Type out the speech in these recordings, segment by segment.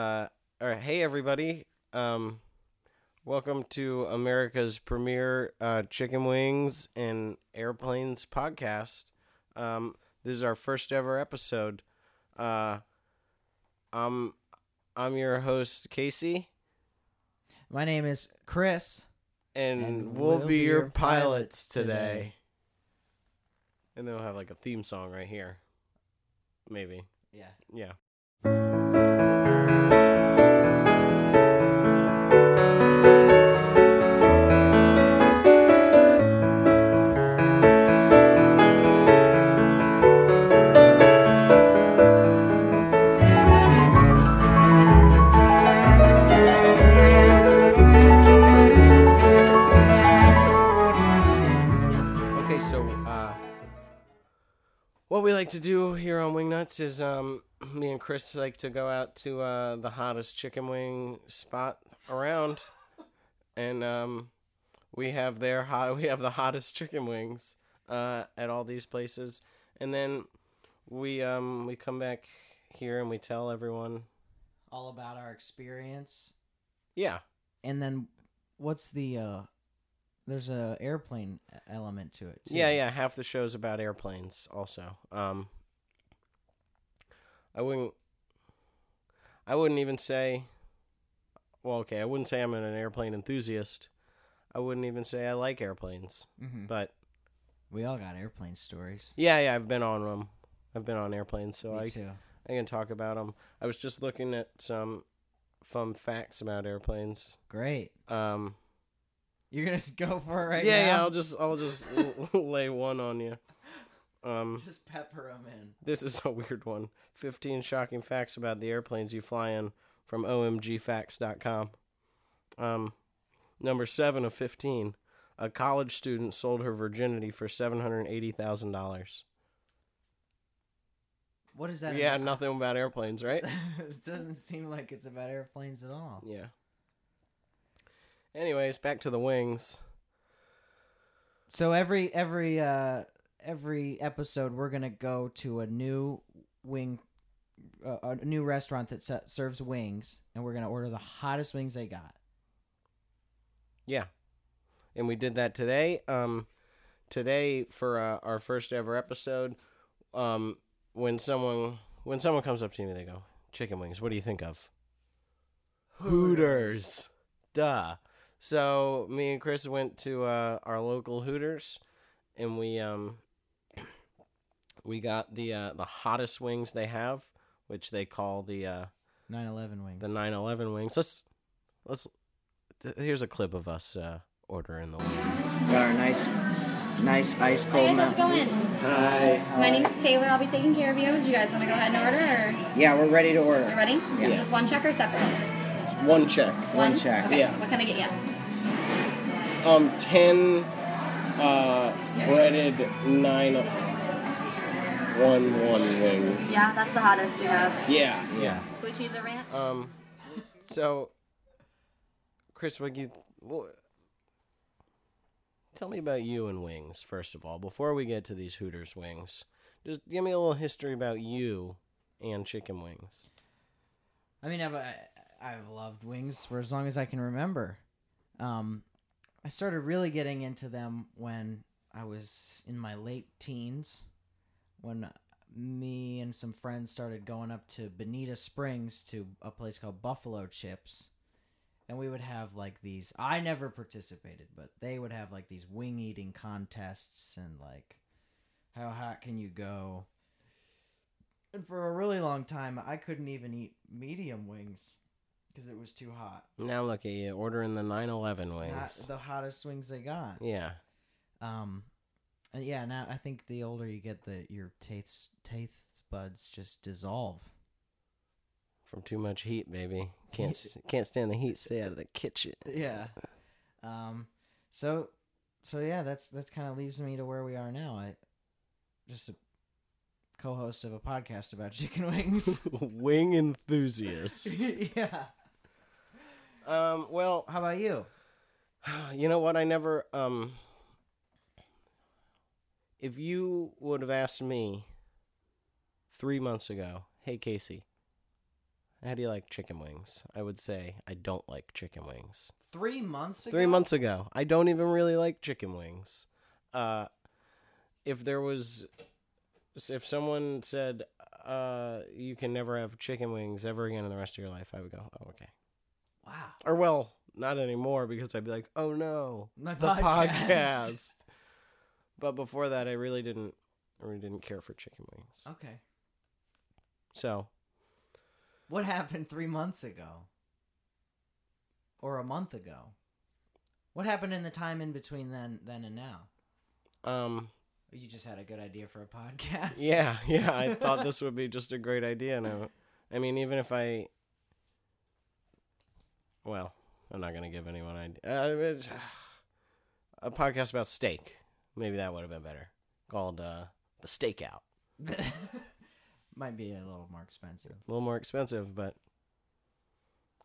Uh, all right, hey everybody. Um, welcome to America's premier uh, chicken wings and airplanes podcast. Um, this is our first ever episode. Uh, I'm I'm your host Casey, My name is Chris. and, And we'll, be your pilots today. And then we'll have like a theme song right here, maybe. Yeah. Yeah. Okay, so uh, what we like to do here on Wingnuts is um, me and Chris like to go out to uh, the hottest chicken wing spot around, and um, we have their hot we have the hottest chicken wings uh, at all these places, and then we um, we come back here and we tell everyone, All about our experience. yeah, And then what's the uh there's a airplane e-, element to it. too. Yeah, yeah. Half the show's about airplanes. Also, um, I wouldn't. I wouldn't even say. Well, okay, I wouldn't say I'm an airplane enthusiast. I wouldn't even say I like airplanes, Mhm. but We all got airplane stories. yeah, yeah, I've been on them. I've been on airplanes, so Me I too. I can talk about them. I was just looking at some fun facts about airplanes. Great. Um, You're going to go for it right yeah, yeah. now. I'll just I'll just l- lay one on you. Um, Just pepper them in. This is a weird one. 15 shocking facts about the airplanes you fly in from omgfacts.com. Um, number 7 of 15. A college student sold her virginity for $780,000. What is that? Yeah, about? nothing about airplanes, right? it doesn't seem like it's about airplanes at all. Yeah. Anyways, back to the wings. So every every uh every episode we're gonna go to a new wing, uh, a new restaurant that se- serves wings, and we're gonna order the hottest wings they got. Yeah. And we did that today. Um today for uh, our first ever episode, um when someone when someone comes up to me they go, "Chicken wings, what do you think of?" Hooters. Duh. So, me and Chris went to uh, our local Hooters and we um we got the uh, the hottest wings they have, which they call the uh 911 wings. the 911 wings. Let's let's th- here's a clip of us uh ordering the wings. Got our nice, nice ice Hey guys, how's it going? Hi. My name's Taylor. I'll be taking care of you. Do you guys want to go ahead and order? Yeah, we're ready to Or you order. ready? Is this one check or separate? One check. One check, Okay. yeah. What can I get you? Um 10 uh breaded 911 wings. Yeah, that's the hottest we have. Yeah. Yeah. Blue cheese or ranch? Um so Chris, what you wha- Tell me about you and wings first of all before we get to these Hooters wings. Just give me a little history about you and chicken wings. I mean, I've I, I've loved wings for as long as I can remember. Um, I started really getting into them when I was in my late teens, when me and some friends started going up to Bonita Springs to a place called Buffalo Chips, and we would have like these. I never participated, but they would have like these wing eating contests and like, how hot can you go? And for a really long time, I couldn't even eat medium wings because it was too hot. Now look at you ordering the 911 Not wings. the hottest wings they got. yeah. Um, and yeah. Now I think the older you get, the your taste taste buds just dissolve. From too much heat, baby. Can't s- can't stand the heat. Stay out of the kitchen. Yeah. Um. So, so yeah, that's that's kind of leaves me to where we are now. I just a co-host of a podcast about chicken wings. Wing enthusiast. yeah. um. Well, How about you? you know what? I never. Um. If you would have asked me three months ago, hey Casey, How do you like chicken wings? I would say I don't like chicken wings. Three months ago. Three months ago, I don't even really like chicken wings. Uh, if there was, if someone said, uh, you can never have chicken wings ever again in the rest of your life, I would go, oh, okay. Wow. Or, well, not anymore because I'd be like, oh no, My the podcast. But before that, I really didn't, I really didn't care for chicken wings. Okay. So What happened three months ago? Or a month ago? What happened in the time in between then then and now? Um. You just had a good idea for a podcast. Yeah. Yeah. I thought this would be just a great idea. No, I mean, even if I. Well, I'm not gonna give anyone idea. Uh, it's- a podcast about steak. Maybe that would have been better. Called uh, the Stakeout. Might be a little more expensive. A little more expensive, but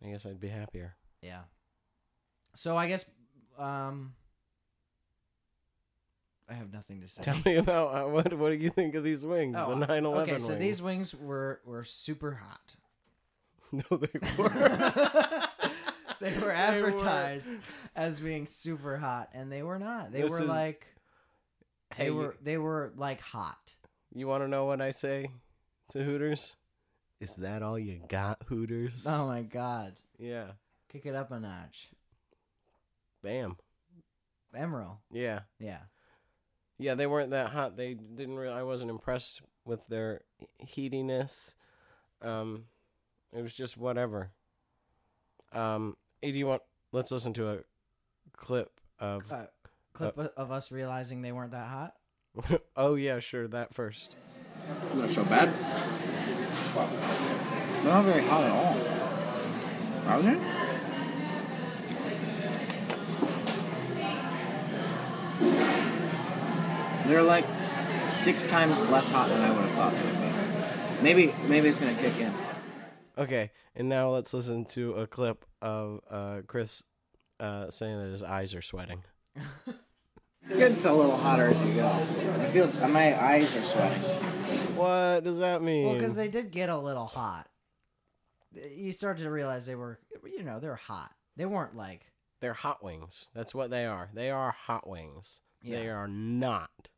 I guess I'd be happier. Yeah. So I guess um I have nothing to say. Tell me about uh, what. What do you think of these wings? Oh, the 9/11 okay, wings. so these wings were were super hot. no, they were. they were were. advertised as being super hot and they were not. They This were is- like hey, they you- were they were like hot. You want to know what I say to Hooters? Is that all you got, Hooters? Oh my god. Yeah. Kick it up a notch. Bam. Emerald. Yeah. Yeah. Yeah, they weren't that hot. They didn't really. I wasn't impressed with their heatiness. Um, it was just whatever. Um, hey, do you want? Let's listen to a clip of. Uh, clip o- of us realizing they weren't that hot. oh yeah, sure. That first. Not so bad. They're not very hot at all. Are they? They're like six times less hot than I would have thought they would be. Maybe, maybe it's gonna kick in. Okay, and now let's listen to a clip of uh Chris uh saying that his eyes are sweating. It gets a little hotter as you go. It feels. My eyes are sweating. What does that mean? Well, because they did get a little hot. You started to realize they were, you know, they're hot. They weren't like They're hot wings. That's what they are. They are hot wings. They Yeah. are not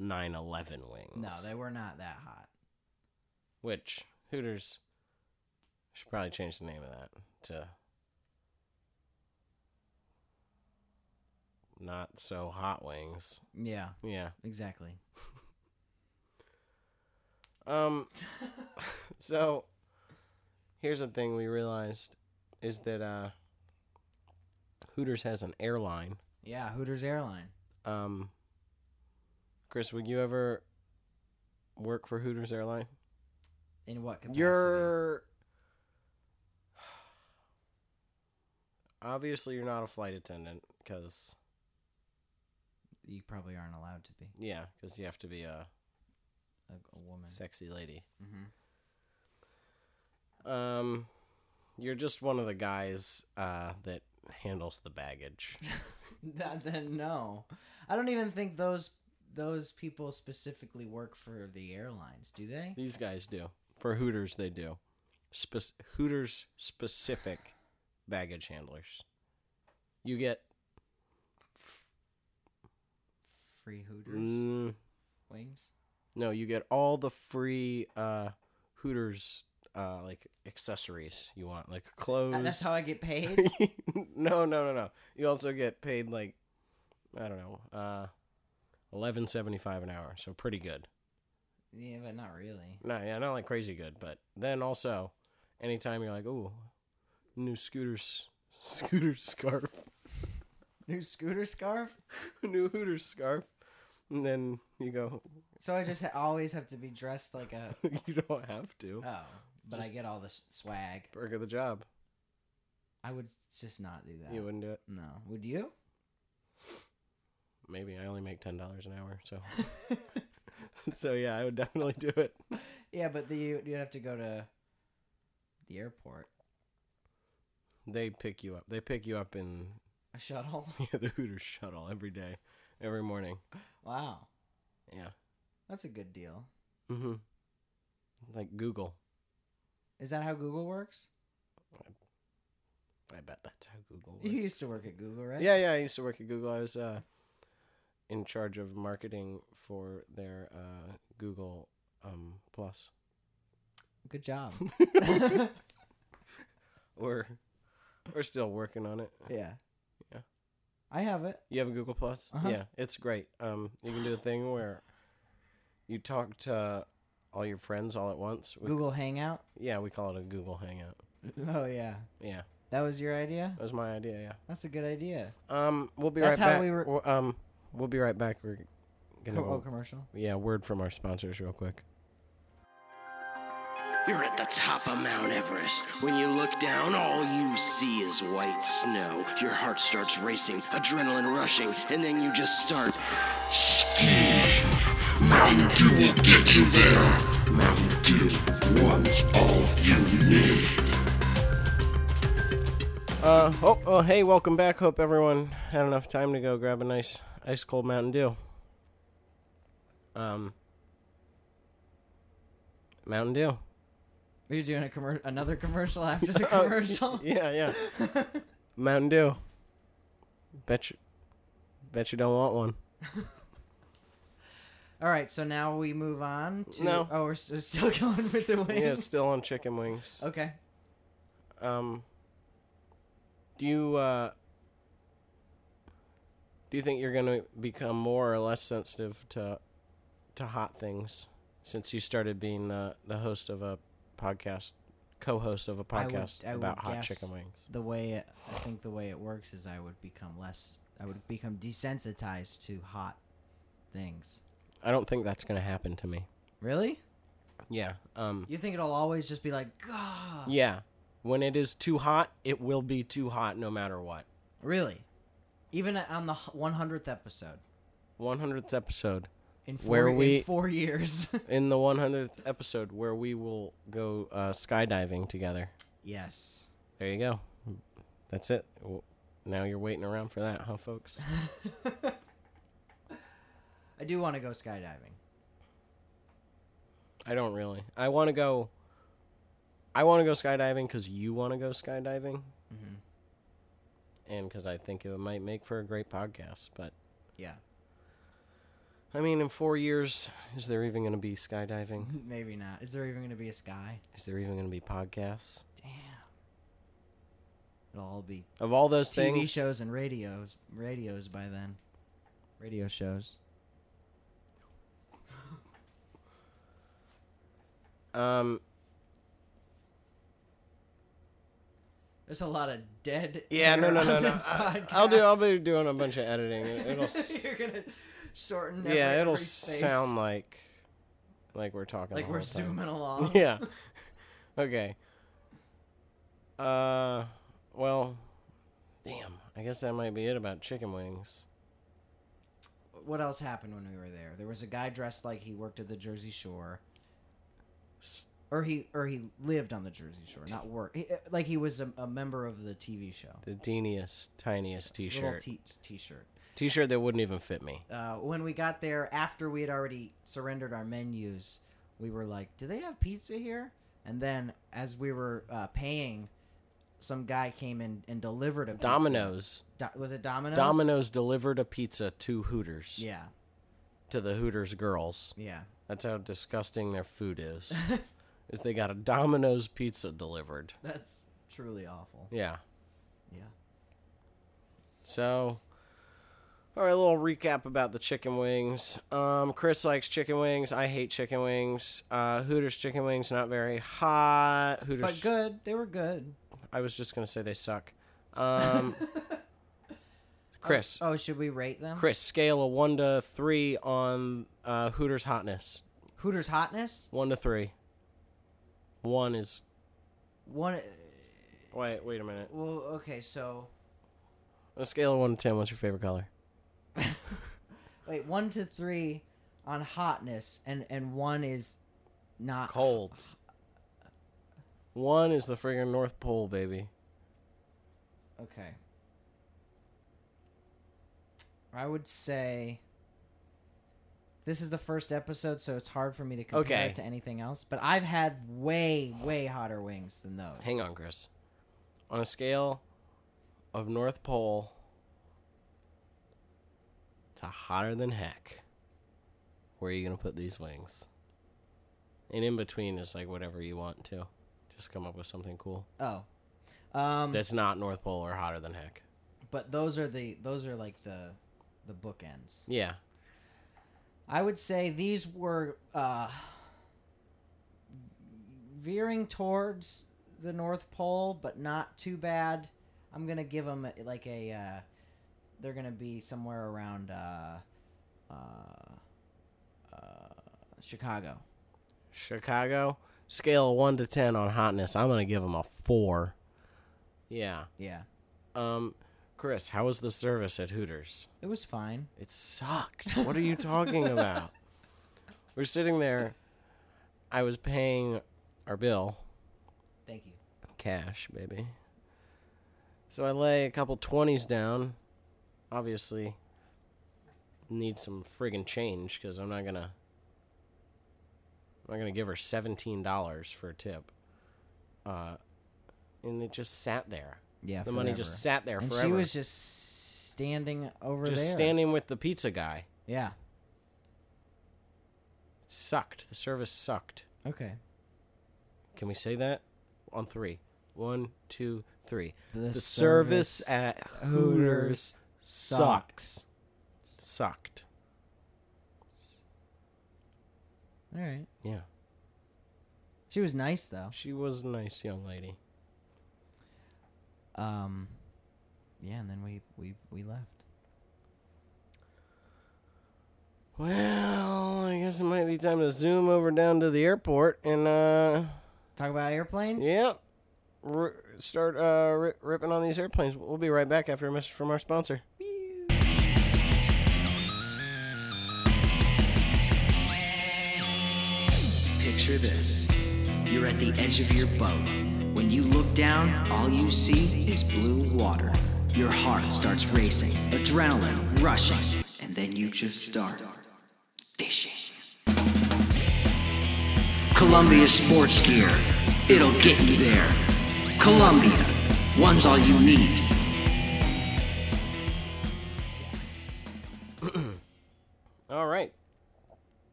9/11 wings. no, they were not that hot. which Hooters should probably change the name of that to not so hot wings. Yeah, Yeah. exactly. Um so here's the thing we realized is that uh Hooters has an airline Yeah, Hooters airline. Um, Chris, would you ever work for Hooters Airline? In what capacity? You're obviously you're not a flight attendant because you probably aren't allowed to be yeah, because you have to be a a, a woman. sexy lady. hmm Um, you're just one of the guys uh, that handles the baggage. That, then no, I don't even think those those people specifically work for the airlines, do they? These guys do for Hooters. They do Spe- Hooters specific baggage handlers. You get Free Hooters mm, wings. No, you get all the free uh, Hooters uh, like accessories you want, like clothes. Uh, that's how I get paid. no, no, no, no. You also get paid like I don't know, uh, eleven seventy five an hour, so pretty good. yeah, but not really. No, yeah, not like crazy good, but then also, anytime you're like, ooh, new scooters, scooter scarf, New scooter scarf. new Hooters scarf, and then you go, So I just ha- always have to be dressed like a you don't have to. oh, but I Just- get all the s- swag. Perk of the job. I would s- just not do that. You wouldn't do it. No, would you? maybe I only make ten dollars an hour, so so yeah, I would definitely do it. yeah, but the, you you'd have to go to the airport. They pick you up. They pick you up in A shuttle. yeah, the Hooters shuttle every day, every morning. Wow, Yeah. that's a good deal. Mm-hmm. Like Google. Is that how Google works? I bet that's how Google works. You used to work at Google, right? Yeah, yeah. I used to work at Google. I was uh, in charge of marketing for their uh, Google um, Plus Good job. or or still working on it. yeah. Yeah. I have it. You have a Google Plus? Uh-huh. Yeah, it's great. Um, you can do a thing where you talk to all your friends all at once. We- Google Hangout. Yeah, we call it a Google Hangout. Oh yeah. Yeah, That was your idea? that was my idea. That's a good idea. Yeah. Um, we'll be That's right how back. we were- We're- Um, we'll be right back. We're gonna. Co- have a- oh, commercial. yeah, word from our sponsors real quick. You're at the top of Mount Everest. When you look down, all you see is white snow. Your heart starts racing, adrenaline rushing, and then you just start skiing. Mountain Dew will get you there. Mountain Dew wants all you need. Uh oh, oh hey, welcome back. Hope everyone had enough time to go grab a nice ice cold Mountain Dew. Um, Mountain Dew. Are you doing a commer- another commercial after the Oh, commercial? Yeah, yeah. Mountain Dew. Bet you, bet you don't want one. All right, so now we move on to. No. Oh, we're s- we're still going with the wings. Yeah, it's still on chicken wings. Okay. Um, do you uh, do you think you're gonna become more or less sensitive to to hot things since you started being the the host of a podcast, co-host of a I would- podcast I would about hot guess chicken wings? The way it, I think the way it works is I would become less. I would become desensitized to hot things. I don't think that's gonna happen to me. Really? Yeah. Um. You think it'll always just be like, God? Yeah. When it is too hot, it will be too hot no matter what. Really? Even on the h- 100th episode 100th episode. in four, Where we- in four years. In the 100th episode where we will go uh, skydiving together. yes. There you go. That's it. W- Now you're waiting around for that, huh, folks? I do want to go skydiving. I don't really. I want to go. I want to go skydiving because you want to go skydiving, and because I think it might make for a great podcast. But Yeah. I mean, in four years, is there even going to be skydiving? Maybe not. Is there even going to be a sky? Is there even going to be podcasts? Damn. It'll all be Of all those TV things, shows and radios, radios by then, radio shows. um, There's a lot of dead. yeah, no, air no, on no, no. this I- I'll do. I'll podcast. be doing a bunch of editing. It- It'll. s- You're gonna shorten. Every, yeah, it'll every space, sound like, like we're talking. like the we're whole time. zooming along. yeah. Okay. Uh, well, damn. I guess that might be it about chicken wings. What else happened when we were there? There was a guy dressed like he worked at the Jersey Shore. S- Or he, or he lived on the Jersey Shore, not work. He, eh, like he was a, a member of the TV show. The teeniest, tiniest Little T-shirt. t- T-shirt. T-shirt that wouldn't even fit me. uh, when we got there after we had already surrendered our menus we were like do they have pizza here and then as we were uh, paying some guy came in and delivered a pizza. Domino's. Do- was it domino's Domino's delivered a pizza to Hooters. yeah To the Hooters girls. yeah That's how disgusting their food is. is they got a Domino's pizza delivered. that's truly awful Yeah. yeah So, all right, a little recap about the chicken wings. Um, Chris likes chicken wings. I hate chicken wings. Uh, Hooters chicken wings not very hot. Hooters. but good they were good I was just gonna say they suck. Um, Chris, oh should we rate them Chris, scale of one to three on uh, Hooters hotness. hooters hotness One to three. One is. one Wait, wait a minute. well okay so On a scale of one to ten, what's your favorite color? wait one to three on hotness and and one is not Cold. One is the friggin' North Pole, baby. Okay. I would say This is the first episode, so it's hard for me to compare Okay. it to anything else. But I've had way, way hotter wings than those. Hang on, Chris. On a scale of North Pole to hotter than heck, where are you going to put these wings? And in between is like whatever you want to. Just come up with something cool. Oh, um, That's not North Pole or hotter than heck. but those are the those are like the the bookends. Yeah. I would say these were uh, veering towards the North Pole, but not too bad. I'm gonna give them like a. Uh, they're gonna be somewhere around uh, uh, uh, Chicago. Chicago, scale 1 to 10 on hotness. I'm going to give them a 4. Yeah. Yeah, Um Chris, how was the service at Hooters? it was fine. It sucked. What are you talking about? We're sitting there. I was paying our bill, Thank you. cash, baby. So I lay a couple 20s down. Obviously, need some friggin' change because I'm not gonna. I'm not gonna give her $17 for a tip. Uh, and it just sat there. Yeah, The money forever. just sat there and forever. she was just standing over just there. standing with the pizza guy. Yeah. It sucked. The service sucked. Okay. Can we say that? On three. One, two, three. The, The service, service at Hooters Hooters sucks. Sucked. All right. Yeah. She was nice though. She was a nice young lady. Um, yeah, and then we we we left. Well, I guess it might be time to zoom over down to the airport and, uh, Talk about airplanes. yeah. R- start uh, ri ripping on these airplanes. We'll be right back after a message from our sponsor. Picture this you're at the edge of your boat. When you look down, all you see is blue water. Your heart starts racing, adrenaline rushing, and then you just start fishing. Columbia Sports Gear. It'll get you there. Columbia. One's all you need. All right.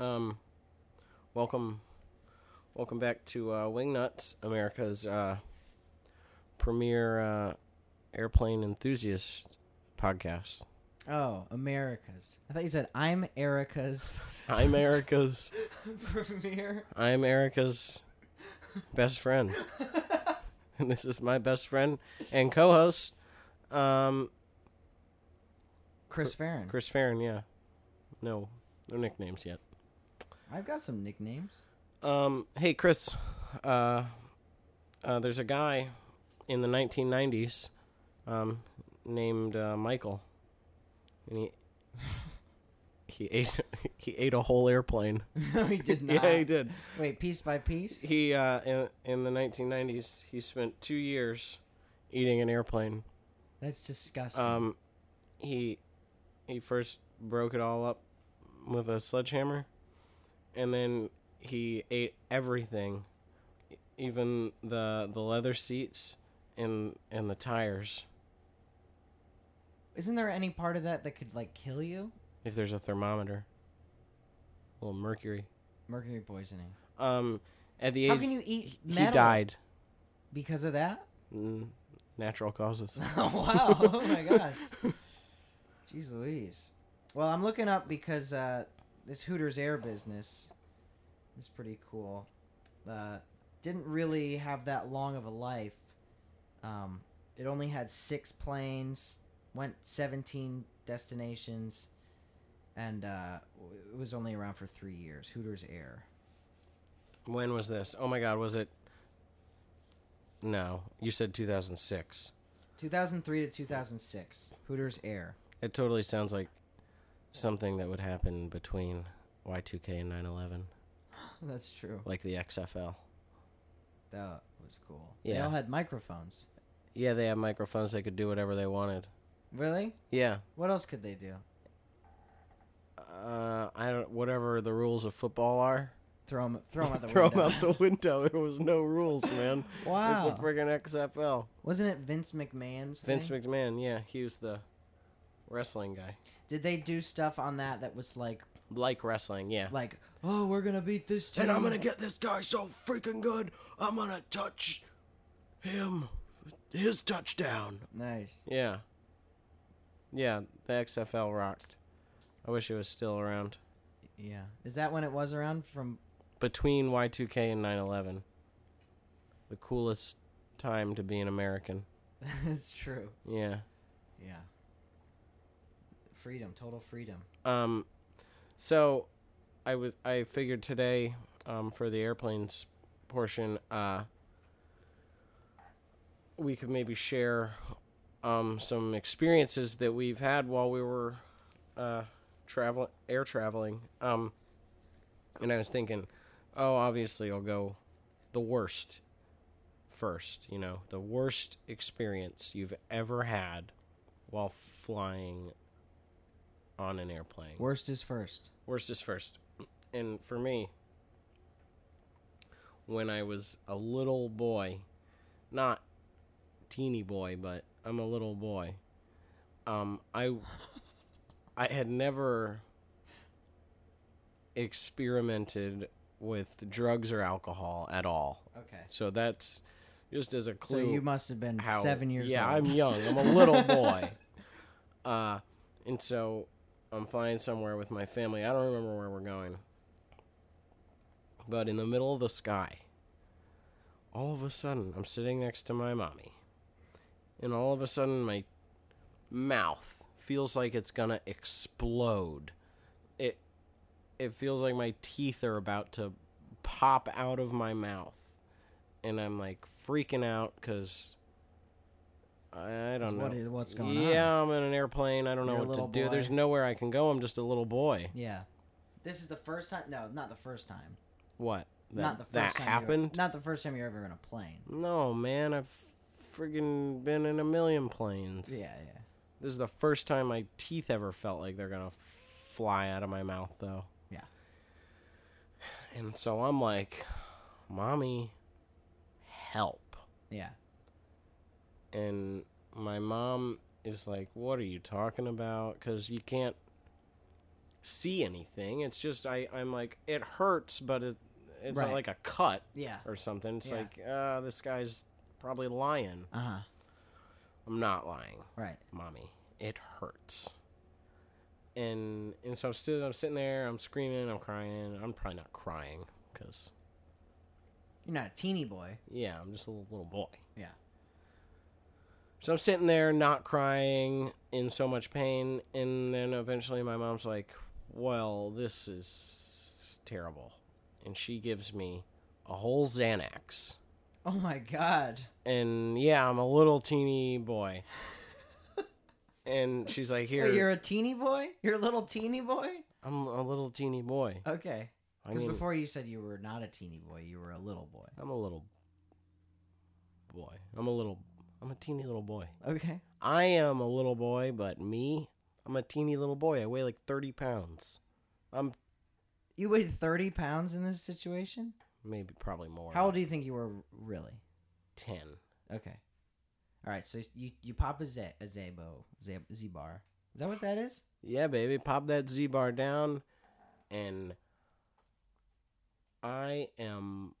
Um, welcome, welcome back to uh, Wingnuts, America's uh, premier uh, airplane enthusiast podcast. Oh, America's. I thought you said I'm Erica's I'm Erica's. premiere. I'm Erica's best friend, and this is my best friend and co-host, um, Chris Farron. Chris Farron. Yeah, no, no nicknames yet. I've got some nicknames. Um, hey Chris, uh, uh, there's a guy in the 1990s um, named uh, Michael, and he he ate he ate a whole airplane. no, he did not. Yeah, he did. Wait, piece by piece. He uh, in in the 1990s he spent two years eating an airplane. That's disgusting. Um, he he first broke it all up with a sledgehammer, and then he ate everything, e- even the the leather seats and and the tires. Isn't there any part of that that could like kill you? If there's a thermometer, a little mercury. Mercury poisoning. Um, at the age How can you eat he metal? died, because of that. mm, natural causes. Oh wow! oh my gosh! Jeez Louise. Well, I'm looking up because uh, this Hooters Air business is pretty cool. Uh, didn't really have that long of a life. Um, it only had six planes, went 17 destinations, and uh, w- it was only around for three years. Hooters Air. when was this? Oh my God, was it? No, you said 2006. 2003 to 2006. Hooters Air. It totally sounds like something that would happen between Y2K and 9/11, That's true. like the XFL. That was cool. They Yeah. all had microphones. Yeah, they have microphones; they could do whatever they wanted. Really? Yeah, What else could they do? uh, I don't whatever the rules of football are. Throw him, throw him out the Throw window. them out the window. There was no rules, man. Wow. It's a friggin' XFL. Wasn't it Vince McMahon's? Vince thing? McMahon, yeah, he was the wrestling guy. Did they do stuff on that that was like, Like wrestling, yeah. like, oh, we're gonna beat this team? and I'm gonna get this guy so freaking good, I'm gonna touch him, his touchdown. Nice. Yeah. Yeah, the XFL rocked. I wish it was still around. Yeah. Is that when it was around? From Between Y2K and 9 11, the coolest time to be an American. that's true. Yeah. Yeah. Freedom, total freedom. Um, so I was I figured today, um, for the airplanes portion, uh, we could maybe share, um, some experiences that we've had while we were, uh, travel air traveling. Um, and I was thinking, oh, obviously I'll go the worst first. You know, the worst experience you've ever had while flying on an airplane. Worst is first. Worst is first. And for me, when I was a little boy, not teeny boy, but I'm a little boy, um, I, I had never experimented with drugs or alcohol at all. Okay. So that's just as a So clue you must have been seven years yeah, old. I'm young. I'm a little boy. uh, and so I'm flying somewhere with my family. I don't remember where we're going. But in the middle of the sky, all of a sudden, I'm sitting next to my mommy. And all of a sudden, my mouth feels like it's going to explode. It it feels like my teeth are about to pop out of my mouth. And I'm like freaking out cuz I, I don't know what is- what's going on. Yeah, I'm in an airplane. I don't know You're a what to little do. boy. There's nowhere I can go. I'm just a little boy. Yeah. This is the first time. No, not the first time. What? That, not the first that time you were- happened? Not the first time you're ever in a plane. No, man. I've friggin' been in a million planes. Yeah, yeah. This is the first time my teeth ever felt like they're gonna fly out of my mouth, though. Yeah. And so I'm like, Mommy, help. Yeah. And my mom is like, What are you talking about? Because you can't see anything. It's just, I, I'm like, it hurts, but it, it's Right. not like a cut Yeah. or something. It's Yeah. like, uh, this guy's probably lying. Uh huh. I'm not lying. Right. mommy, it hurts. And and so I'm sitting, I'm sitting there, I'm screaming, I'm crying. I'm probably not crying because You're not a teeny boy. yeah, I'm just a little, little boy. Yeah. So I'm sitting there, not crying, in so much pain, and then eventually my mom's like, "Well, this is terrible," and she gives me a whole Xanax. Oh my god. And yeah, I'm a little teeny boy. and she's like, Wait, you're "Here, a teeny boy? You're a little teeny boy? I'm a little teeny boy." Okay. I Because mean- before you said you were not a teeny boy, you were a little boy. I'm a little boy. I'm a little. I'm a teeny little boy. Okay. I am a little boy, but me, I'm a teeny little boy. I weigh like 30 pounds. I'm You weighed 30 pounds in this situation? maybe probably more. How old do you think you were really? 10. Okay. All right, so you you pop a, Z, a Zabo, Z, Z-bar. Is that what that is? Yeah, baby. Pop that Z bar down, and I am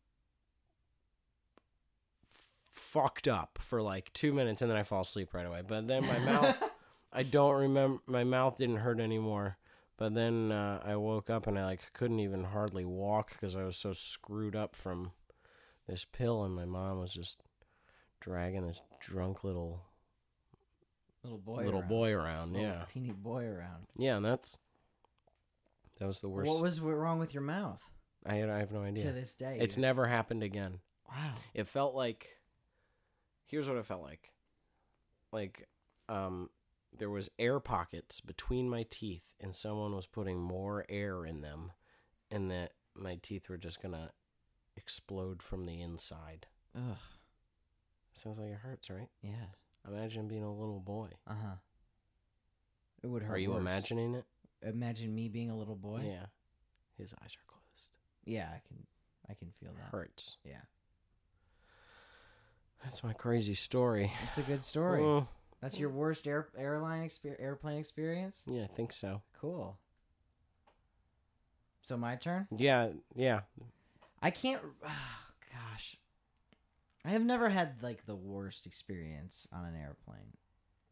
fucked up for like two minutes, and then I fall asleep right away. But then my mouth I don't remember. My mouth didn't hurt anymore. But then uh, I woke up and I like couldn't even hardly walk because I was so screwed up from this pill, and my mom was just dragging this drunk little little boy. little around. Oh. boy around. Little Yeah, Teeny boy around. yeah, and that's that was the worst. What was wrong with your mouth I had, I have no to idea. this day? It's You're- never happened again. Wow. It felt like here's what it felt like. Like um there was air pockets between my teeth and someone was putting more air in them and that my teeth were just going to explode from the inside. Ugh. Sounds like it hurts, right? Yeah. Imagine being a little boy. Uh huh. It would hurt. Are you worse. imagining it? imagine me being a little boy. Yeah. His eyes are closed. Yeah, I can I can feel that. Hurts. Yeah. That's my crazy story. It's a good story. Mm, That's your worst air, airline exper- airplane experience? yeah, I think so. Cool. So my turn? Yeah, yeah. I can't oh, gosh. I have never had like the worst experience on an airplane.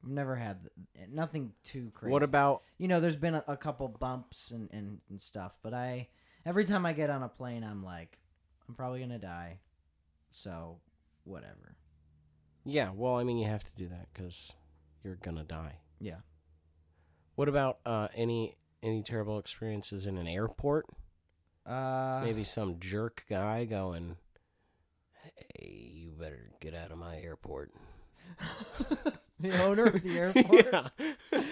I've never had th- nothing too crazy. What about you know, there's been a, a couple bumps and, and, and stuff, but I every time I get on a plane, I'm like, I'm probably gonna die, so whatever. Yeah, well, I mean, you have to do that because you're gonna die. Yeah. What about uh, any any terrible experiences in an airport? Uh, Maybe some jerk guy going, "Hey, you better get out of my airport." the owner of the airport. yeah.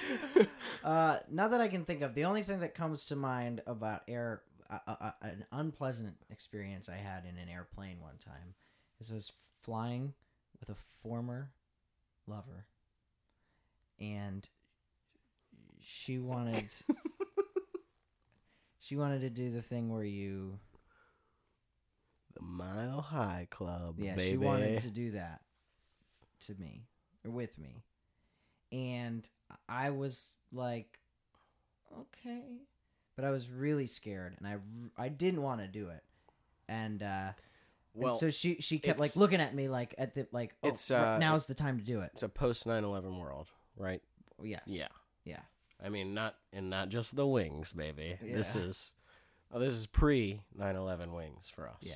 Uh, not that I can think of. The only thing that comes to mind about air, uh, uh, an unpleasant experience I had in an airplane one time, is I was flying with a former lover, and she wanted, she wanted to do the thing where you, the Mile High Club, yeah, baby. she wanted to do that to me or with me, and I was like, okay, but I was really scared, and I r- I didn't want to do it, and uh, well, well, so she she kept like it's- looking at me like at the like oh, It's, r- uh, now's the time to do it. it's a post 9/11 world, right? Yes. Yeah. Yeah. I mean, not and not just the wings, baby. This Yeah. is oh, this is pre 9/11 wings for us. Yeah,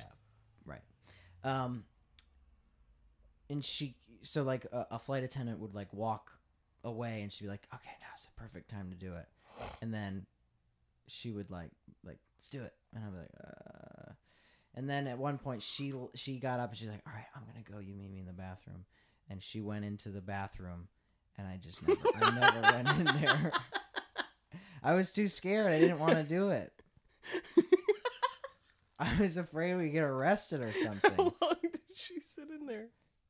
right. Um, and she, so like a, a flight attendant would like walk away, and she'd be like, "Okay, now's the perfect time to do it," and then she would like, like, "Let's do it," and I'm like, uh. and then at one point she l- she got up and she's like, "All right, I'm gonna go. You meet me in the bathroom," and she went into the bathroom, and I just never, I never went in there. I was too scared. I didn't want to do it. I was afraid we'd get arrested or something. How long did she sit in there?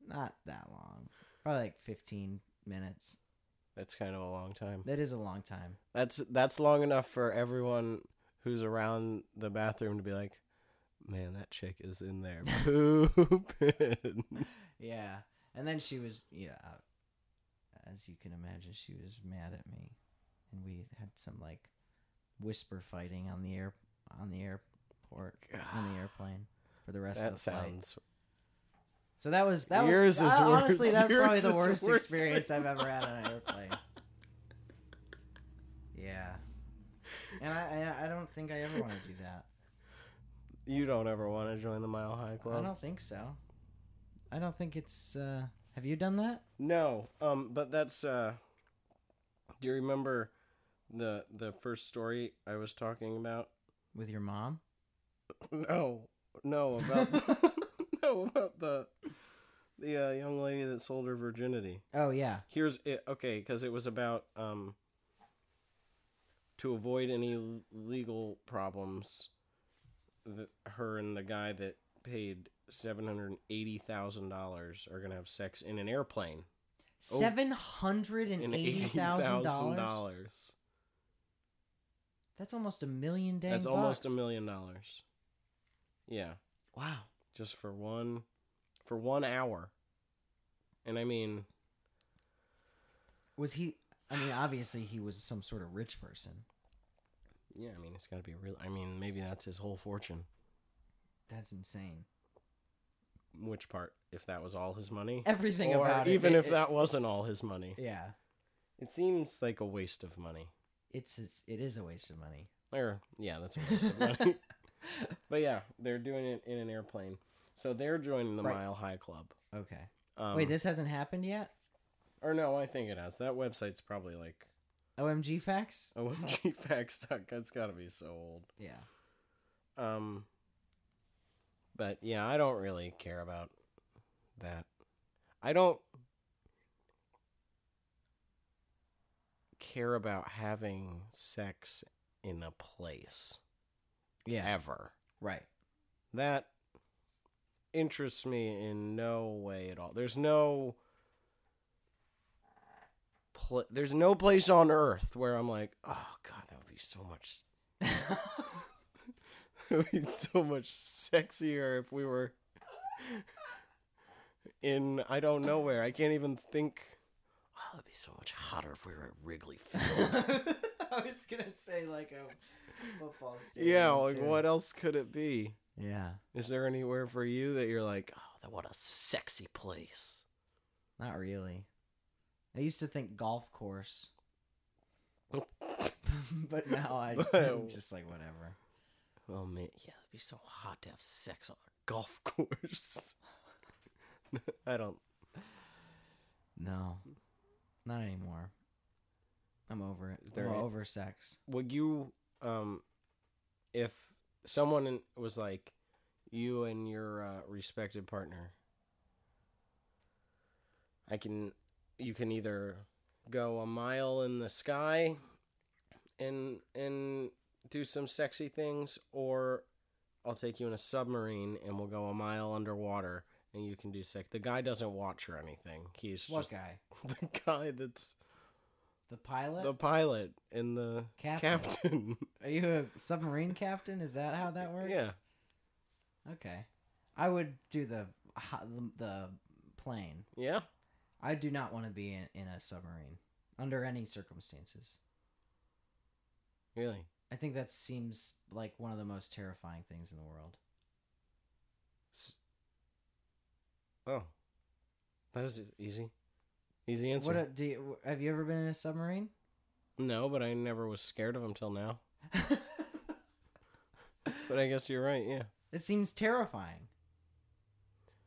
Not that long. Probably like 15 minutes. That's kind of a long time. That is a long time. That's that's long enough for everyone who's around the bathroom to be like, "Man, that chick is in there pooping." Yeah. And then she was, yeah, uh, as you can imagine, she was mad at me. And we had some like whisper fighting on the air on the airport on the airplane for the rest of that the flight. sounds So that was that Yours was is I- honestly worse. that's Yours probably the is worst, worse experience than- I've ever had on an airplane. Yeah, and I, I I don't think I ever want to do that. you don't ever want to join the Mile High I Club. don't think so. I don't think it's. uh Have you done that? No, um, but that's. uh Do you remember the the first story I was talking about? with your mom. No, no about no about the the uh, young lady that sold her virginity. Oh yeah, here's it okay because it was about um to avoid any l- legal problems th her and the guy that paid $780000 are gonna have sex in an airplane Oh. seven hundred in and eighty thousand dollars. $80000 That's almost a million dang. that's almost a bucks. million dollars yeah Wow. just for one for one hour and i mean Was he? I mean, obviously he was some sort of rich person. yeah i mean it's gotta be real i mean maybe that's his whole fortune That's insane. which part if that was all his money Everything or about it. even it- if it- that wasn't all his money. Yeah. It seems like a waste of money. It's, it's it is a waste of money. Or yeah, that's a waste of money. But yeah, they're doing it in an airplane, so they're joining the Right. Mile High Club. okay. Um, Wait, this hasn't happened yet. or no, I think it has. That website's probably like OMG facts. omgfacts.com. It's got to be so old. Yeah. Um, but yeah, I don't really care about that. I don't care about having sex in a place Yeah. ever. Right. That interests me in no way at all. There's no pl- there's no place on earth where I'm like, "Oh god, that would be so much. it would be so much sexier if we were in I don't know where. I can't even think. Oh, it'd be so much hotter if we were at Wrigley Field. I was gonna say like a football stadium. yeah, like too. what else could it be? Yeah, Is there anywhere for you that you're like, oh, that- what a sexy place? not really. I used to think golf course, but now I, I'm just like whatever. Oh man, yeah, it'd be so hot to have sex on a golf course. I don't. No, not anymore. I'm over it. there I'm a- over sex. Would you, um, if someone in- was like, you and your uh, respected partner, I can, you can either go a mile in the sky, and and do some sexy things, or I'll take you in a submarine and we'll go a mile underwater and you can do sex. The guy doesn't watch or anything. He's What just guy? the guy that's The pilot? the pilot and the Captain. captain. Are you a submarine captain? Is that how that works? yeah. Okay. I would do the ho- the plane. Yeah. I do not want to be in, in a submarine under any circumstances. Really. I think that seems like one of the most terrifying things in the world. S- Oh. That was e, easy. Easy answer. What a- do you, have you ever been in a submarine? no, but I never was scared of him till now. But I guess you're right. Yeah. it seems terrifying.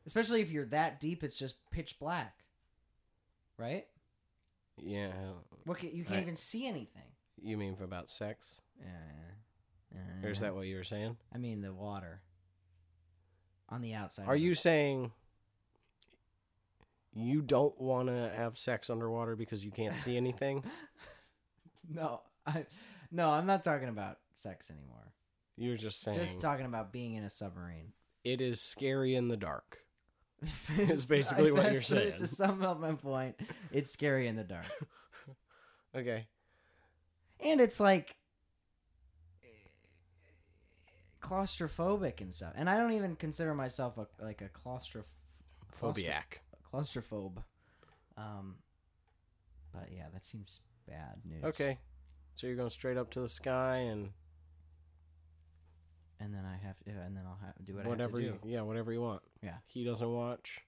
Especially if you're that deep, it's just pitch black. Right? Yeah. What ca you can't I- even see anything. You mean for about sex? Uh, Or is uh, that what you were saying? I mean the water. On the outside. Are of you saying you don't want to have sex underwater because you can't see anything? the- No, I no, I'm not talking about sex anymore. You're just saying Just talking about being in a submarine. it is scary in the dark. It's basically what you're That's- saying. To sum up my point, it's scary in the dark, Okay. and it's like claustrophobic and stuff. And I don't even consider myself a like a claustroph Phobiac. claustrophobe. Um, but yeah, that seems bad news. Okay. So you're going straight up to the sky and and then I have to, and then I'll have to do what whatever I have to you do. yeah, whatever you want. Yeah. He doesn't watch.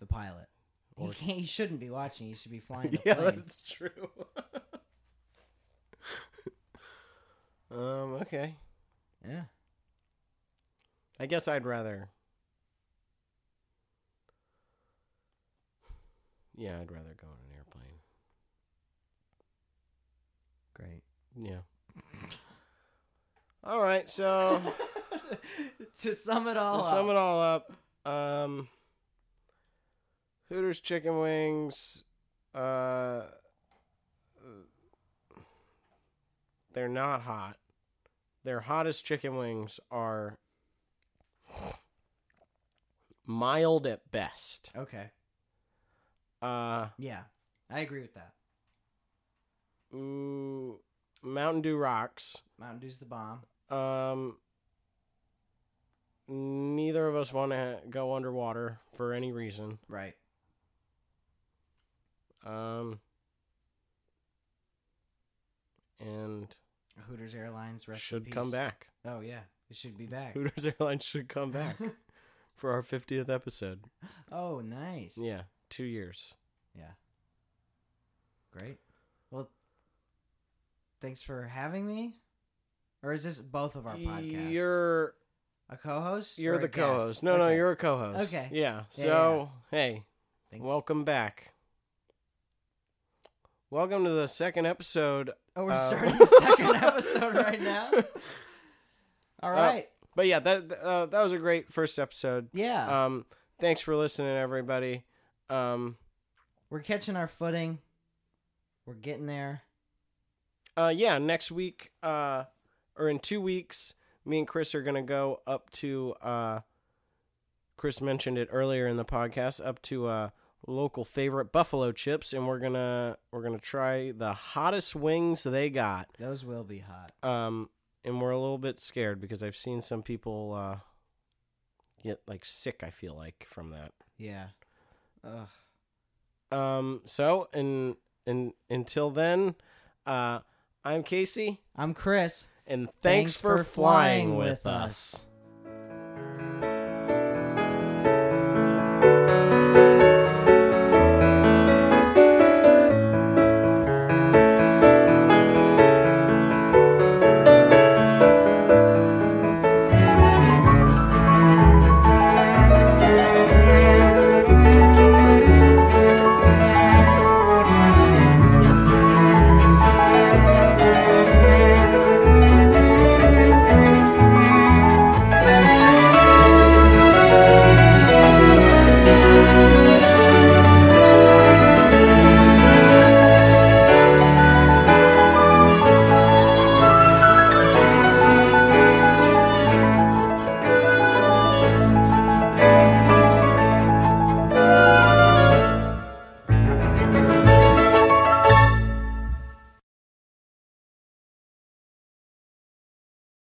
The pilot. He Or- can't. He shouldn't be watching. He should be flying the yeah, plane. that's true. um, okay. Yeah. I guess I'd rather Yeah, I'd rather go on an airplane. Great. Yeah. All right, so to sum it all Um, to up. sum it all up, um, Hooters chicken wings, uh, they're not hot. Their hottest chicken wings are mild at best. Okay. Uh, Yeah. I agree with that. ooh, Mountain Dew rocks. Mountain Dew's the bomb. Um, neither of us want to go underwater for any reason. Right. Um, and Hooters Airlines rest in should peace. come back. Oh yeah, it should be back. Hooters Airlines should come back for our 50th episode. oh, nice. Yeah, two years. Yeah. Great. Well, thanks for having me. Or is this both of our podcasts? You're a co-host. you're or a the guest? co-host. No, no, Okay. you're a co-host. Okay. Yeah. yeah, So hey, Thanks. welcome back. Welcome to the second episode. Oh, we're uh, starting the second episode right now. All Uh, right. But yeah, that uh, that was a great first episode. yeah. Um, thanks for listening, everybody. Um, We're catching our footing. We're getting there. uh yeah next week uh or in two weeks me and chris are gonna go up to uh chris mentioned it earlier in the podcast up to uh local favorite buffalo chips and we're gonna we're gonna try the hottest wings they got Those will be hot. um and we're a little bit scared because i've seen some people uh get like sick i feel like from that Yeah. Ugh. um so and and until then uh i'm casey I'm Chris. and thanks, for, flying, with us.